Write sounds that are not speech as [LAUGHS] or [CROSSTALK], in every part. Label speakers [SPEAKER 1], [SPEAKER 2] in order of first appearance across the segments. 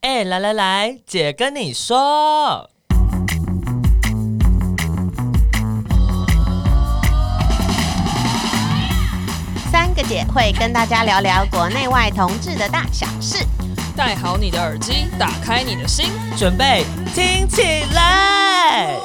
[SPEAKER 1] 哎、来来来，姐跟你说，
[SPEAKER 2] 三个姐会跟大家聊聊国内外同志的大小事。
[SPEAKER 3] 戴好你的耳机，打开你的心。
[SPEAKER 1] 准备听起来。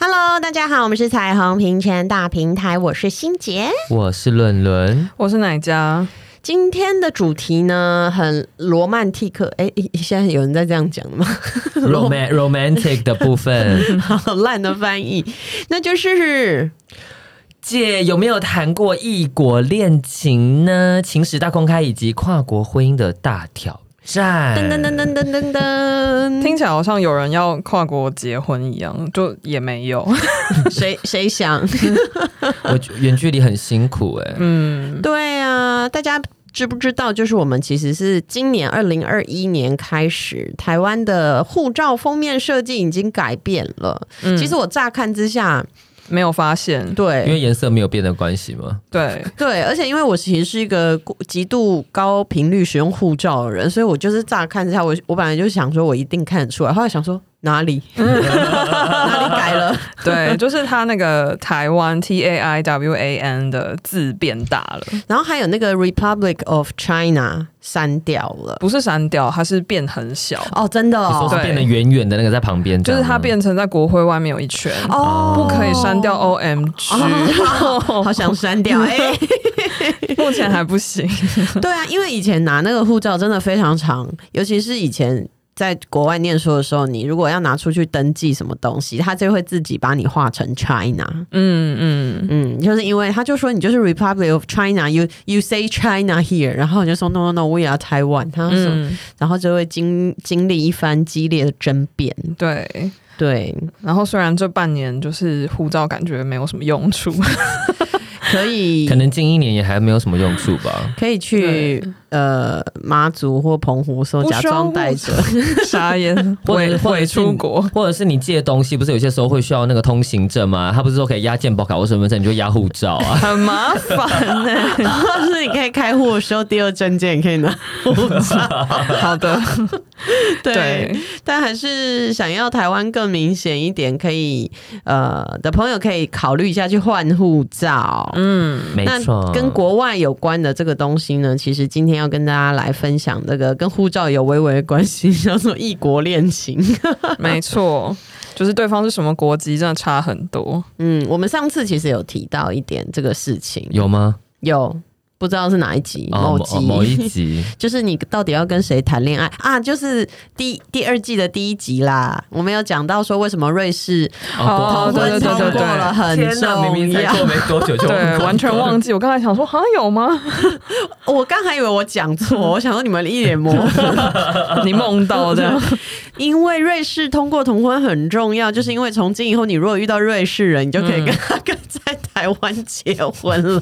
[SPEAKER 2] Hello，大家好，我们是彩虹平权大平台，我是欣杰。
[SPEAKER 1] 我是伦 [LAUGHS] 伦，
[SPEAKER 3] 我是哪家？
[SPEAKER 2] 今天的主题呢，很罗曼蒂克。哎、诶现在有人在这样讲吗？ [LAUGHS]
[SPEAKER 1] [LAUGHS] roman romantic 的部分，
[SPEAKER 2] 好烂的翻译，那就是
[SPEAKER 1] [LAUGHS] 姐有没有谈过异国恋情呢？情史大公开以及跨国婚姻的大挑战。
[SPEAKER 2] 噔噔噔噔噔噔噔，
[SPEAKER 3] 听起来好像有人要跨国结婚一样，就也没 [LAUGHS] 有。
[SPEAKER 2] 谁谁想？ [LAUGHS]
[SPEAKER 1] 我觉远距离很辛苦哎、
[SPEAKER 3] 嗯，
[SPEAKER 2] 对啊，大家知不知道？就是我们其实是今年二零二一年开始，台湾的护照封面设计已经改变了。其实我乍看之下，
[SPEAKER 3] 嗯没有发现。
[SPEAKER 1] 因
[SPEAKER 2] 对。
[SPEAKER 1] 为颜色没有变的关系吗？
[SPEAKER 3] 对，
[SPEAKER 2] 对，而且因为我其实是一个极度高频率使用护照的人，所以我就是乍看之下，我我本来就想说我一定看得出来，后来想说哪里哪里改了，
[SPEAKER 3] 对， [LAUGHS] 就是他那个台湾 T A I W A N 的字变大了，
[SPEAKER 2] 然后还有那个 Republic of China 删掉了，
[SPEAKER 3] 不是删掉，它是变很小，
[SPEAKER 2] 哦，真的
[SPEAKER 1] 你说
[SPEAKER 2] 哦，
[SPEAKER 1] 是
[SPEAKER 3] 对
[SPEAKER 1] 变得圆圆的那个在旁边这
[SPEAKER 3] 就
[SPEAKER 1] 样
[SPEAKER 3] 是
[SPEAKER 1] 吗，
[SPEAKER 3] 它变成在国徽外面有一圈，
[SPEAKER 2] 哦，
[SPEAKER 3] 不可以删掉 O M G，、 [LAUGHS]
[SPEAKER 2] 哦好想删掉 [LAUGHS] 哎、
[SPEAKER 3] 目前还不行。
[SPEAKER 2] 对啊，因为以前拿那个护照真的非常长，尤其是以前在国外念书的时候，你如果要拿出去登记什么东西，他就会自己把你画成 China。
[SPEAKER 3] [LAUGHS] 嗯嗯，
[SPEAKER 2] 嗯，就是因为他就说你就是 Republic of China，you you say China here，然后你就说 no no no，we are Taiwan。他就说，
[SPEAKER 3] 嗯，
[SPEAKER 2] 然后就会经经历一番激烈的争辩。
[SPEAKER 3] 嗯对。
[SPEAKER 2] 对，
[SPEAKER 3] 然后虽然这半年就是护照感觉没有什么用处，
[SPEAKER 2] 可以
[SPEAKER 1] 可能近一年也还没有什么用处吧。
[SPEAKER 2] 可以去呃马祖或澎湖的时候
[SPEAKER 3] 不
[SPEAKER 2] 假
[SPEAKER 3] 需要
[SPEAKER 2] 装
[SPEAKER 3] 护
[SPEAKER 2] 带着。
[SPEAKER 3] [LAUGHS] 傻眼，
[SPEAKER 2] [LAUGHS]
[SPEAKER 1] 或者
[SPEAKER 3] 伪
[SPEAKER 1] 或者
[SPEAKER 3] 伪
[SPEAKER 1] 是
[SPEAKER 3] 出国。？
[SPEAKER 1] 或者是你借东西，不是有些时候会需要那个通行证吗？他不是说可以压健保卡或身份证，你就压护照啊
[SPEAKER 3] [LAUGHS] 很麻烦呢、
[SPEAKER 2] [LAUGHS] 或是你可以开户的时候，第二证件也可以拿。
[SPEAKER 3] 好的，
[SPEAKER 2] [LAUGHS] 对，
[SPEAKER 3] 对，
[SPEAKER 2] 但还是想要台湾更明显一点，可以呃的朋友可以考虑一下去换护照。
[SPEAKER 3] 嗯，
[SPEAKER 1] 没
[SPEAKER 2] 那
[SPEAKER 1] 错，
[SPEAKER 2] 跟国外有关的这个东西呢，其实今天要跟大家来分享这个跟护照有微微的关系，叫做异国恋情。 [LAUGHS]
[SPEAKER 3] 没错，就是对方是什么国籍，真的差很多。
[SPEAKER 2] 嗯，我们上次其实有提到一点这个事情，
[SPEAKER 1] 有吗？
[SPEAKER 2] 有不知道是哪一集
[SPEAKER 1] 哦
[SPEAKER 2] 某集、
[SPEAKER 1] 哦某 [LAUGHS] 一集，
[SPEAKER 2] [LAUGHS] 就是你到底要跟谁谈恋爱啊？就是第第二季的第一集啦，我们有讲到说为什么瑞士
[SPEAKER 3] 哦
[SPEAKER 1] 国
[SPEAKER 3] 对对对对
[SPEAKER 1] 国
[SPEAKER 3] 对
[SPEAKER 2] 通过了很
[SPEAKER 1] 天哪明明
[SPEAKER 2] 重
[SPEAKER 1] 才
[SPEAKER 2] 要
[SPEAKER 1] 过没多久就
[SPEAKER 3] 对，完全忘记。我刚才想说，好像有吗？ [LAUGHS]
[SPEAKER 2] 我刚还以为我讲错，我想说你们一脸模糊，
[SPEAKER 3] 你梦到
[SPEAKER 2] [LAUGHS]
[SPEAKER 3] 的，
[SPEAKER 2] 因为瑞士通过同婚很重要，就是因为从今以后你如果遇到瑞士人，你就可以跟他跟在台湾结婚了。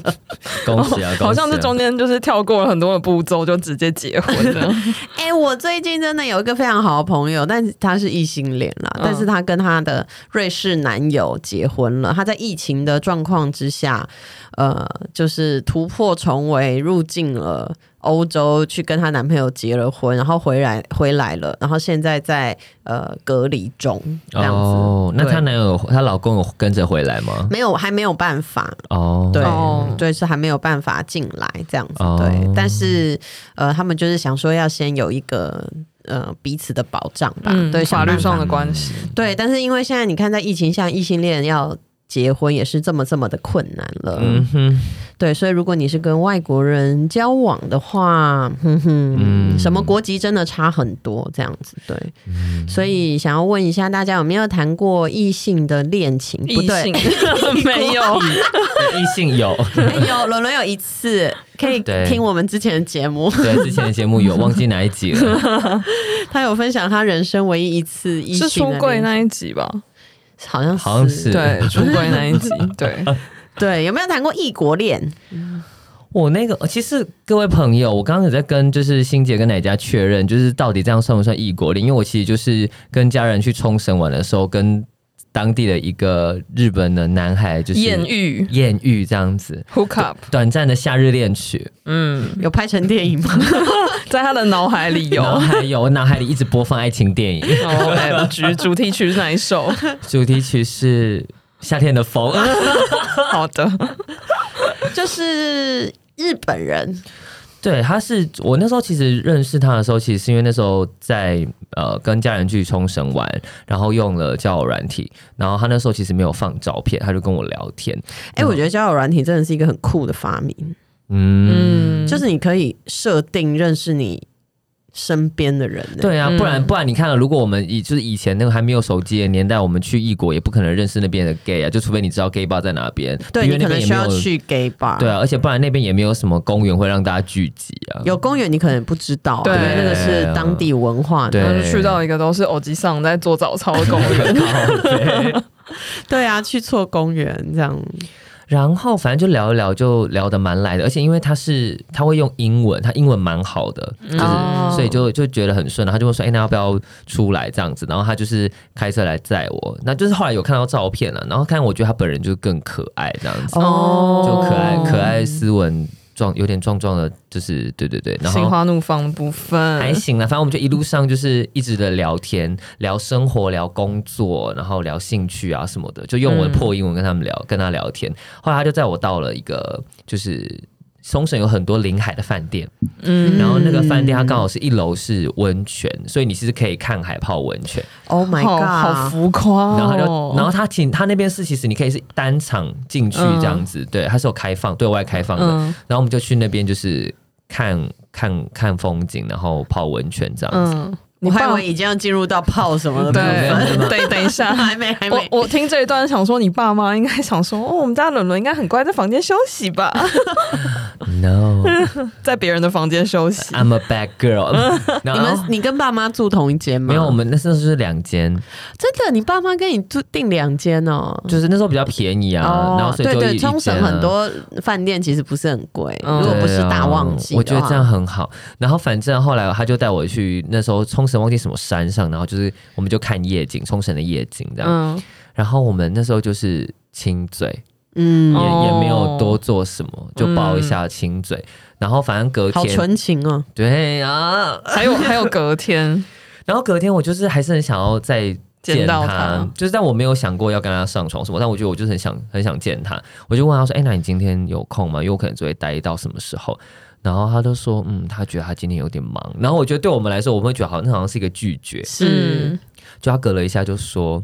[SPEAKER 1] 恭喜啊！恭喜啊
[SPEAKER 3] 哦好像这中间就是跳过了很多的步骤，就直接结婚了。
[SPEAKER 2] [LAUGHS] 哎、我最近真的有一个非常好的朋友，但是他是异性恋啦，
[SPEAKER 3] 嗯
[SPEAKER 2] 但是他跟他的瑞士男友结婚了。他在疫情的状况之下，呃，就是突破重围，入境了欧洲，去跟她男朋友结了婚，然后回来回来了，然后现在在呃隔离中这样子。
[SPEAKER 1] 哦，那
[SPEAKER 2] 对
[SPEAKER 1] 她男友有她老公有跟着回来吗？
[SPEAKER 2] 没有，还没有办法，
[SPEAKER 1] 哦，
[SPEAKER 2] [LAUGHS] 对、
[SPEAKER 3] 哦
[SPEAKER 2] 对，是还没有办法进来这样子，
[SPEAKER 1] 哦
[SPEAKER 2] 对。但是呃，他们就是想说要先有一个呃彼此的保障吧，
[SPEAKER 3] 嗯，
[SPEAKER 2] 对，
[SPEAKER 3] 法
[SPEAKER 2] 想
[SPEAKER 3] 律
[SPEAKER 2] 办
[SPEAKER 3] 上
[SPEAKER 2] 法
[SPEAKER 3] 的关系，
[SPEAKER 2] 对。但是因为现在你看，在疫情下，异性恋要。结婚也是这么这么的困难了，
[SPEAKER 1] 嗯
[SPEAKER 3] [LAUGHS]
[SPEAKER 1] 哼，
[SPEAKER 2] 对，所以如果你是跟外国人交往的话，哼哼，
[SPEAKER 1] 嗯
[SPEAKER 2] 什么国籍真的差很多，这样子对，
[SPEAKER 1] 嗯
[SPEAKER 2] 所以想要问一下大家有没有谈过异性的恋情？不
[SPEAKER 3] 异
[SPEAKER 2] 对，
[SPEAKER 3] 性
[SPEAKER 2] [LAUGHS]
[SPEAKER 3] [LAUGHS] 没有，
[SPEAKER 1] 异性有，
[SPEAKER 2] 哎有伦伦有一次可以
[SPEAKER 1] 对
[SPEAKER 2] 听我们之前的节目，
[SPEAKER 1] 对，之前的节目有忘记哪一集了，
[SPEAKER 2] 他有分享他人生唯一一次异
[SPEAKER 3] 是
[SPEAKER 2] 性的
[SPEAKER 3] 出柜
[SPEAKER 2] 恋
[SPEAKER 3] 那一集吧？
[SPEAKER 2] 情，好像
[SPEAKER 1] 好像是
[SPEAKER 3] 对，
[SPEAKER 2] [LAUGHS]
[SPEAKER 3] 出柜那一集，对，
[SPEAKER 2] 对，有没有谈过异国恋？
[SPEAKER 1] 我那个，呃其实各位朋友，我刚刚有在跟就是欣姐跟奶家确认，就是到底这样算不算异国恋？因为我其实就是跟家人去冲绳玩的时候，跟当地的一个日本的男孩就是
[SPEAKER 3] 艳遇
[SPEAKER 1] 艳遇这样子，
[SPEAKER 3] hook up，
[SPEAKER 1] 短暂的夏日恋曲，
[SPEAKER 3] 嗯，
[SPEAKER 2] 有拍成电影吗？
[SPEAKER 3] 在他的脑海里有。
[SPEAKER 1] 脑海有，我脑海里一直播放爱情电
[SPEAKER 3] [LAUGHS]
[SPEAKER 1] 影，
[SPEAKER 3] O M G 哦主题曲是哪一
[SPEAKER 1] [LAUGHS]
[SPEAKER 3] 首？
[SPEAKER 1] 主题曲是夏天的风，
[SPEAKER 3] 好的，
[SPEAKER 2] [LAUGHS] 就是日本人，
[SPEAKER 1] 对，他是我那时候其实认识他的时候，其实是因为那时候在呃跟家人去冲绳玩，然后用了交友软体，然后他那时候其实没有放照片，他就跟我聊天，
[SPEAKER 2] 哎、我觉得交友软体真的是一个很酷的发明，
[SPEAKER 1] 嗯，
[SPEAKER 3] 嗯，
[SPEAKER 2] 就是你可以设定认识你身边的人、欸，
[SPEAKER 1] 对啊，
[SPEAKER 3] 嗯
[SPEAKER 1] 不然不然你看了，如果我们以就是以前那个还没有手机的年代，我们去异国也不可能认识那边的 gay 啊，就除非你知道 gay bar 在哪边，
[SPEAKER 2] 对
[SPEAKER 1] 因
[SPEAKER 2] 你
[SPEAKER 1] 为
[SPEAKER 2] 可
[SPEAKER 1] 那
[SPEAKER 2] 能
[SPEAKER 1] 边也
[SPEAKER 2] 需
[SPEAKER 1] 没
[SPEAKER 2] 要
[SPEAKER 1] 有。
[SPEAKER 2] 去 gay 吧，
[SPEAKER 1] 对啊，而且不然那边也没有什么公园会让大家聚集啊。 [LAUGHS]
[SPEAKER 2] 有公园你可能不知道、啊，
[SPEAKER 3] 对
[SPEAKER 2] 因为那个是当地文化。
[SPEAKER 1] 对
[SPEAKER 3] 然后就去到一个都是偶机上在做早操的公园，
[SPEAKER 2] 对啊，去错公园这样。
[SPEAKER 1] 然后反正就聊一聊，就聊得蛮来的，而且因为他是他会用英文，他英文蛮好的，
[SPEAKER 3] 嗯
[SPEAKER 1] 就是、
[SPEAKER 2] 哦
[SPEAKER 1] 所以就就觉得很顺。然后他就会说：“哎、那要不要出来这样子？”然后他就是开车来载我，那就是后来有看到照片了，然后看我觉得他本人就更可爱这样子，
[SPEAKER 2] 哦
[SPEAKER 1] 就可爱可爱斯文壮，有点壮壮的，就是对对对，然
[SPEAKER 3] 心
[SPEAKER 1] 后。
[SPEAKER 3] 花怒放的部分，
[SPEAKER 1] 还行啦，反正我们就一路上就是一直的聊天，聊生活，聊工作，然后聊兴趣啊什么的，就用
[SPEAKER 3] 嗯
[SPEAKER 1] 我的破英文跟他们聊，跟他聊天。后来他就载我到了一个就是。冲绳有很多临海的饭店，
[SPEAKER 3] 嗯
[SPEAKER 1] 然后那个饭店它刚好是一楼是温泉，所以你是可以看海泡温泉。
[SPEAKER 2] Oh my
[SPEAKER 3] 好
[SPEAKER 2] god！
[SPEAKER 3] 好浮夸哦，
[SPEAKER 1] 然后他就，然后他请他那边是其实你可以是单场进去这样子，对，它是有开放对外开放的。
[SPEAKER 3] 嗯
[SPEAKER 1] 然后我们就去那边就是看看看风景，然后泡温泉这样子。
[SPEAKER 3] 嗯，你
[SPEAKER 2] 我还以
[SPEAKER 3] 爸
[SPEAKER 2] 为已经要进入到泡什么了，没有没有
[SPEAKER 3] 对，等等
[SPEAKER 1] [LAUGHS]
[SPEAKER 3] 一下，
[SPEAKER 2] 还没还没。
[SPEAKER 3] 我我听这一段想说，你爸妈应该想说，哦， [LAUGHS] 我们家伦伦应该很乖，在房间休息吧， [LAUGHS] 嗯
[SPEAKER 1] No，I'm
[SPEAKER 3] 在别人的房间休息。
[SPEAKER 1] a bad
[SPEAKER 2] [LAUGHS]
[SPEAKER 1] girl 然
[SPEAKER 2] 你
[SPEAKER 1] 后。
[SPEAKER 2] 们你跟爸妈住同一间吗？
[SPEAKER 1] 没有，我们那时候就是两间，
[SPEAKER 2] 真的，你爸妈跟你住订两间哦。
[SPEAKER 1] 就是那时候比较便宜啊，然后所以
[SPEAKER 2] 对
[SPEAKER 1] 就一
[SPEAKER 2] 对，
[SPEAKER 1] 一间啊
[SPEAKER 2] 冲绳很多饭店其实不是很贵，
[SPEAKER 3] 嗯
[SPEAKER 2] 如果不是大旺季
[SPEAKER 1] 对啊
[SPEAKER 2] 的话，
[SPEAKER 1] 我觉得这样很好。然后反正后来他就带我去那时候冲绳忘记什么山上，然后就是我们就看夜景，冲绳的夜景这样。
[SPEAKER 3] 嗯，
[SPEAKER 1] 然后我们那时候就是亲嘴，
[SPEAKER 2] 嗯
[SPEAKER 1] 也、
[SPEAKER 3] 哦
[SPEAKER 1] 也没有多做什么，就抱一下亲嘴。然后反正隔
[SPEAKER 2] 好
[SPEAKER 1] 天，
[SPEAKER 2] 纯情哦。
[SPEAKER 1] 嗯对啊，
[SPEAKER 3] 还有还有隔天，
[SPEAKER 1] 然后隔天我就是还是很想要再见
[SPEAKER 3] 见到
[SPEAKER 1] 他
[SPEAKER 3] 他，
[SPEAKER 1] 就是但我没有想过要跟他上床什么，但我觉得我就是很想很想见他，我就问他说：“哎、那你今天有空吗？因为我可能只会待到什么时候。”然后他就说：“嗯，他觉得他今天有点忙。”然后我觉得对我们来说，我们会觉得好像那好像是一个拒绝。
[SPEAKER 3] 嗯
[SPEAKER 2] 是，
[SPEAKER 1] 就他隔了一下就说：“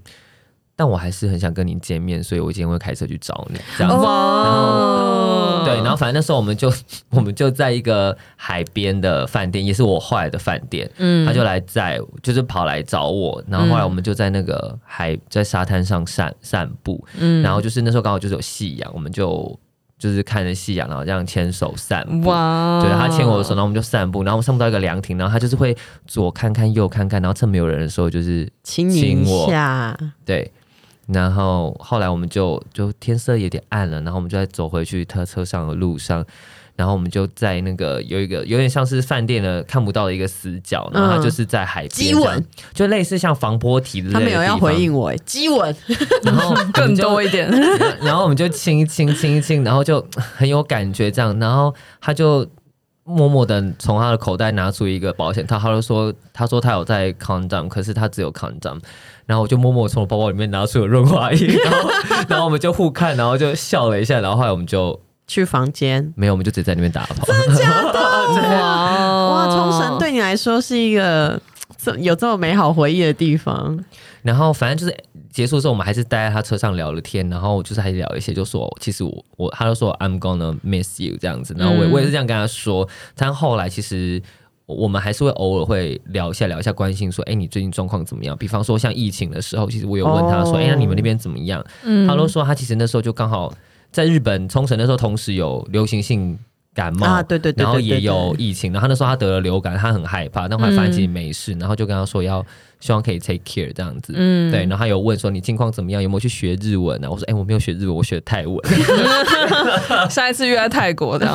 [SPEAKER 1] 但我还是很想跟你见面，所以我今天会开车去找你。”这样
[SPEAKER 3] 哦
[SPEAKER 1] 子。
[SPEAKER 3] 哇，
[SPEAKER 1] 对，然后反正那时候我们就我们就在一个海边的饭店，也是我后来的饭店，
[SPEAKER 3] 嗯
[SPEAKER 1] 他就来载，就是跑来找我，然后后来我们就在那个海在沙滩上散散步，
[SPEAKER 3] 嗯
[SPEAKER 1] 然后就是那时候刚好就是有夕阳，我们就就是看着夕阳，然后这样牵手散步。
[SPEAKER 3] 哇，
[SPEAKER 1] 对，他牵我的手，然后我们就散步，然后我们散步到一个凉亭，然后他就是会左看看右看看，然后趁没有人的时候就是
[SPEAKER 2] 亲你一
[SPEAKER 1] 亲我
[SPEAKER 2] 下，
[SPEAKER 1] 对，然后后来我们就就天色有点暗了，然后我们就在走回去他车上的路上，然后我们就在那个有一个有点像是饭店的看不到的一个死角，然后他就是在海边
[SPEAKER 2] 激
[SPEAKER 1] 这样
[SPEAKER 2] 吻，
[SPEAKER 1] 就类似像防波堤之类
[SPEAKER 2] 他
[SPEAKER 1] 的
[SPEAKER 2] 没有要
[SPEAKER 1] 地方
[SPEAKER 2] 回，应我，哎
[SPEAKER 1] [LAUGHS]
[SPEAKER 2] 激吻，
[SPEAKER 1] 然后我
[SPEAKER 2] [LAUGHS]
[SPEAKER 3] [LAUGHS] 更
[SPEAKER 1] 们就
[SPEAKER 3] 多一点，
[SPEAKER 1] 然后我们就亲一亲亲一亲，然后就很有感觉这样，然后他就。默默的从他的口袋拿出一个保险套，他就说：“他说他有在 condom，可是他只有 condom。”然后我就默默地从我包包里面拿出了润滑液，然后然后我们就互看，然后就笑了一下，然后后来我们就
[SPEAKER 2] 去房间。
[SPEAKER 1] 没有，我们就直接在那边打炮。
[SPEAKER 3] [LAUGHS]
[SPEAKER 1] 哦
[SPEAKER 3] 哇
[SPEAKER 2] 哇，冲绳对你来说是一个这有这么美好回忆的地方，
[SPEAKER 1] 然后反正就是结束之后，我们还是待在他车上聊了天，然后就是还聊一些，就说其实我我他就说 I'm gonna miss you 这样子，然后我、
[SPEAKER 3] 嗯
[SPEAKER 1] 我也是这样跟他说，但后来其实。我们还是会偶尔会聊一下，聊一下关心，说，哎、你最近状况怎么样？比方说像疫情的时候，其实我有问他说，
[SPEAKER 2] 哦
[SPEAKER 1] 哎、那你们那边怎么样？
[SPEAKER 3] 嗯
[SPEAKER 1] 他都说他其实那时候就刚好在日本冲绳的时候，同时有流行性感冒，
[SPEAKER 2] 啊，对对对，
[SPEAKER 1] 然后
[SPEAKER 2] 对
[SPEAKER 1] 也有，
[SPEAKER 2] 对
[SPEAKER 1] 疫情，然后他那时候他得了流感，他很害怕，但后来发现自
[SPEAKER 2] 嗯
[SPEAKER 1] 己没事，然后就跟他说要希望可以 take care 这样子。
[SPEAKER 3] 嗯
[SPEAKER 1] 对，然后他有问说你近况怎么样，有没有去学日文啊？我说哎、我没有学日文，我学泰文。
[SPEAKER 3] [LAUGHS] 下一次约在泰国的，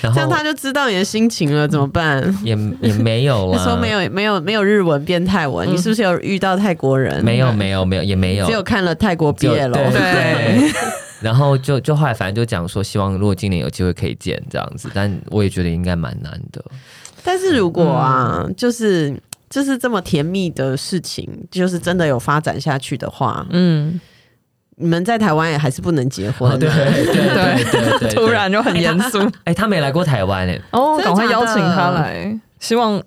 [SPEAKER 1] 然
[SPEAKER 2] 这样
[SPEAKER 1] 后
[SPEAKER 2] 他就知道你的心情了，怎么办？
[SPEAKER 1] 也也没有
[SPEAKER 2] [LAUGHS] 那
[SPEAKER 1] 啦，
[SPEAKER 2] 时候没有没有没有日文变泰文，
[SPEAKER 3] 嗯
[SPEAKER 2] 你是不是有遇到泰国人？嗯
[SPEAKER 1] 没有没有没有也没有，
[SPEAKER 2] 只有看了泰国毕
[SPEAKER 1] 就
[SPEAKER 2] 业
[SPEAKER 1] 对
[SPEAKER 2] 了。
[SPEAKER 1] 对。 [LAUGHS] 然后就就后来反正就讲说，希望如果今年有机会可以见这样子，但我也觉得应该蛮难的。
[SPEAKER 2] [LAUGHS] 但是如果啊，
[SPEAKER 1] 嗯
[SPEAKER 2] 就是就是这么甜蜜的事情，就是真的有发展下去的话，
[SPEAKER 3] [LAUGHS] 嗯，
[SPEAKER 2] 你们在台湾也还是不能结婚啊
[SPEAKER 1] 哦，对
[SPEAKER 2] 的。
[SPEAKER 1] [LAUGHS] 对对对对，
[SPEAKER 3] 突然就很严肃
[SPEAKER 1] 哎，他没来过台湾哎，
[SPEAKER 3] [LAUGHS] 哦，
[SPEAKER 2] 真的
[SPEAKER 3] 赶快邀请他
[SPEAKER 2] 假的
[SPEAKER 3] 来，希望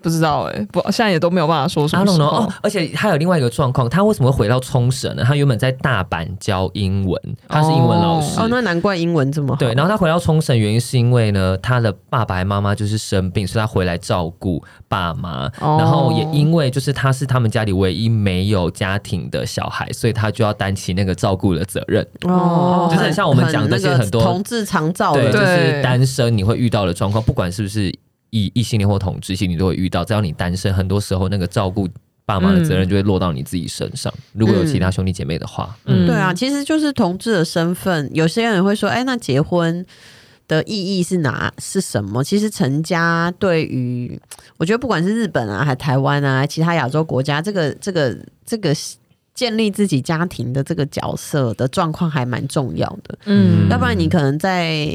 [SPEAKER 3] 不知道哎，不，现在也都没有办法说什
[SPEAKER 1] 阿
[SPEAKER 3] 么
[SPEAKER 1] 龙
[SPEAKER 3] 时
[SPEAKER 1] 呢？
[SPEAKER 3] 候
[SPEAKER 1] 哦，，而且他有另外一个状况，他为什么会回到冲绳呢？他原本在大阪教英文，他是英文老师。
[SPEAKER 2] 哦，那难怪英文这么好。
[SPEAKER 1] 对，然后他回到冲绳，原因是因为呢，他的爸爸和妈妈就是生病，所以他回来照顾爸妈。
[SPEAKER 3] 哦
[SPEAKER 1] 然后也因为就是他是他们家里唯一没有家庭的小孩，所以他就要担起那个照顾的责任。
[SPEAKER 2] 哦，
[SPEAKER 1] 就是像我们讲的
[SPEAKER 2] 那
[SPEAKER 1] 是
[SPEAKER 2] 个
[SPEAKER 1] 很多
[SPEAKER 2] 同志常照
[SPEAKER 1] 对，
[SPEAKER 2] 的
[SPEAKER 1] 就
[SPEAKER 3] 对
[SPEAKER 1] 是单身你会遇到的状况，不管是不是异异性恋或同志性，你都会遇到。只要你单身，很多时候那个照顾爸妈的责
[SPEAKER 2] 嗯
[SPEAKER 1] 任就会落到你自己身上。如果有其他兄弟姐妹的话，嗯，
[SPEAKER 3] 嗯
[SPEAKER 2] 对啊，其实就是同志的身份，有些人会说，哎，那结婚的意义是哪是什么？其实成家对于，我觉得不管是日本啊，还台湾啊，其他亚洲国家，这个这个这个建立自己家庭的这个角色的状况还蛮重要的，
[SPEAKER 1] 嗯
[SPEAKER 2] 要不然你可能在。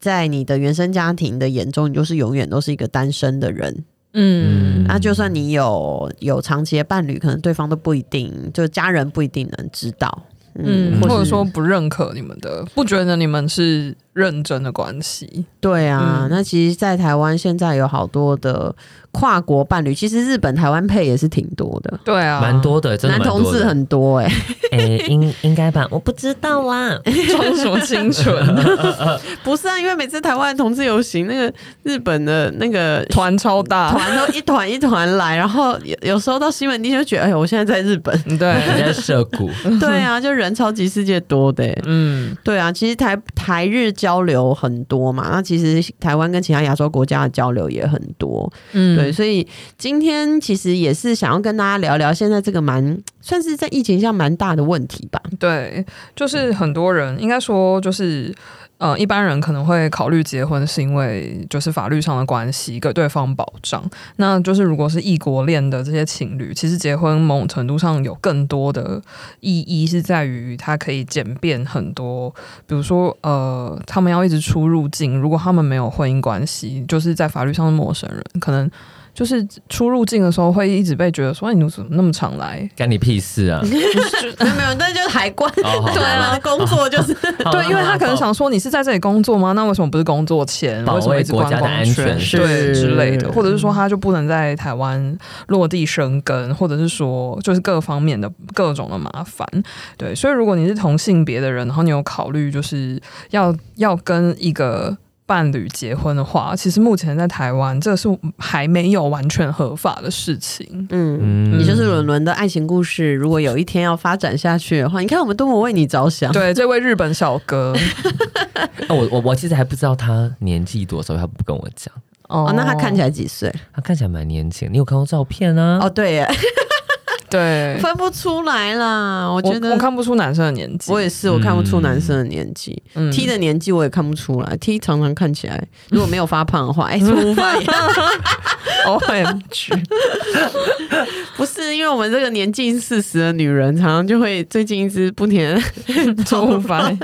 [SPEAKER 2] 在你的原生家庭的眼中，你就是永远都是一个单身的人，
[SPEAKER 3] 嗯
[SPEAKER 2] 那、啊就算你有有长期的伴侣，可能对方都不一定，就家人不一定能知道。
[SPEAKER 3] 嗯，
[SPEAKER 2] 嗯，
[SPEAKER 3] 或者
[SPEAKER 2] 是
[SPEAKER 3] 说不认可你们的，不觉得你们是认真的关系，
[SPEAKER 2] 对啊，
[SPEAKER 3] 嗯
[SPEAKER 2] 那其实，在台湾现在有好多的跨国伴侣，其实日本、台湾配也是挺多的，
[SPEAKER 3] 对啊，
[SPEAKER 1] 蛮
[SPEAKER 3] [LAUGHS]
[SPEAKER 1] 多的，真的
[SPEAKER 2] 男
[SPEAKER 1] 蛮
[SPEAKER 2] 同
[SPEAKER 1] 多
[SPEAKER 2] 志
[SPEAKER 1] 的。
[SPEAKER 2] 很多哎、
[SPEAKER 1] 哎、应应该吧？我不知道啦。
[SPEAKER 3] 装什么
[SPEAKER 1] [LAUGHS]
[SPEAKER 3] 清纯，
[SPEAKER 2] [LAUGHS] 不是啊，因为每次台湾同志游行，那个日本的那个
[SPEAKER 3] 团超大，。
[SPEAKER 2] 团都一团一团来，然后有有时候到西门町就觉得，哎呦，我现在在日本 [LAUGHS]
[SPEAKER 1] [LAUGHS]
[SPEAKER 3] 对
[SPEAKER 1] 你，在涉谷，
[SPEAKER 2] 对啊，就人超级世界多的、欸。
[SPEAKER 3] 嗯
[SPEAKER 2] 对啊，其实台台日交流很多嘛，那其实台湾跟其他亚洲国家的交流也很多，
[SPEAKER 3] 嗯
[SPEAKER 2] 对，所以今天其实也是想要跟大家聊聊现在这个蛮算是在疫情下蛮大的问题吧，
[SPEAKER 3] 对，就是很多人应该说就是。呃，一般人可能会考虑结婚，是因为就是法律上的关系，给对方保障。那就是如果是异国恋的这些情侣，其实结婚某种程度上有更多的意义，是在于它可以简便很多。比如说，呃，他们要一直出入境，如果他们没有婚姻关系，就是在法律上是陌生人，可能就是出入境的时候会一直被觉得说，哎，你怎么那么常来？
[SPEAKER 1] 干你屁事
[SPEAKER 3] [LAUGHS]
[SPEAKER 1] 啊！
[SPEAKER 2] 没有没有，但就是海关
[SPEAKER 1] 哦好
[SPEAKER 2] [LAUGHS] 对啊，工作就是
[SPEAKER 3] 对，因为他可能想说你是在这里工作吗？那为什么不是工作前？
[SPEAKER 1] 保卫
[SPEAKER 3] 为什么一直观
[SPEAKER 1] 国家的
[SPEAKER 3] 光
[SPEAKER 1] 安全
[SPEAKER 3] 圈？对
[SPEAKER 2] 是
[SPEAKER 3] 之类的，或者是说他就不能在台湾落地生根，或者是说就是各方面的各种的麻烦。对，所以如果你是同性别的人，然后你有考虑就是要要跟一个。伴侣结婚的话，其实目前在台湾这是还没有完全合法的事情。
[SPEAKER 2] 嗯。
[SPEAKER 1] 嗯
[SPEAKER 2] 你就是伦伦的爱情故事，如果有一天要发展下去的话，你看我们多么为你着想。
[SPEAKER 3] 对，这位日本小哥，
[SPEAKER 1] 啊我我我其实还不知道他年纪多少，他不跟我讲。
[SPEAKER 3] 哦
[SPEAKER 2] [LAUGHS] 哦，那他看起来几岁？
[SPEAKER 1] 他看起来蛮年轻，你有看过照片啊？
[SPEAKER 2] 哦，对耶，
[SPEAKER 3] 哦对，
[SPEAKER 2] 分不出来啦。我觉
[SPEAKER 3] 我
[SPEAKER 2] 得
[SPEAKER 3] 我看不出男生的年纪，
[SPEAKER 2] 我也是，我看不出男生的年纪。
[SPEAKER 3] 嗯
[SPEAKER 2] T 的年纪我也看不出来，T 常常看起来如果没有发胖的话，哎、怎么无法也
[SPEAKER 3] O M G， [LAUGHS]
[SPEAKER 2] 不是因为我们这个年近四十的女人，常常就会最近一直不停地
[SPEAKER 3] 周凡，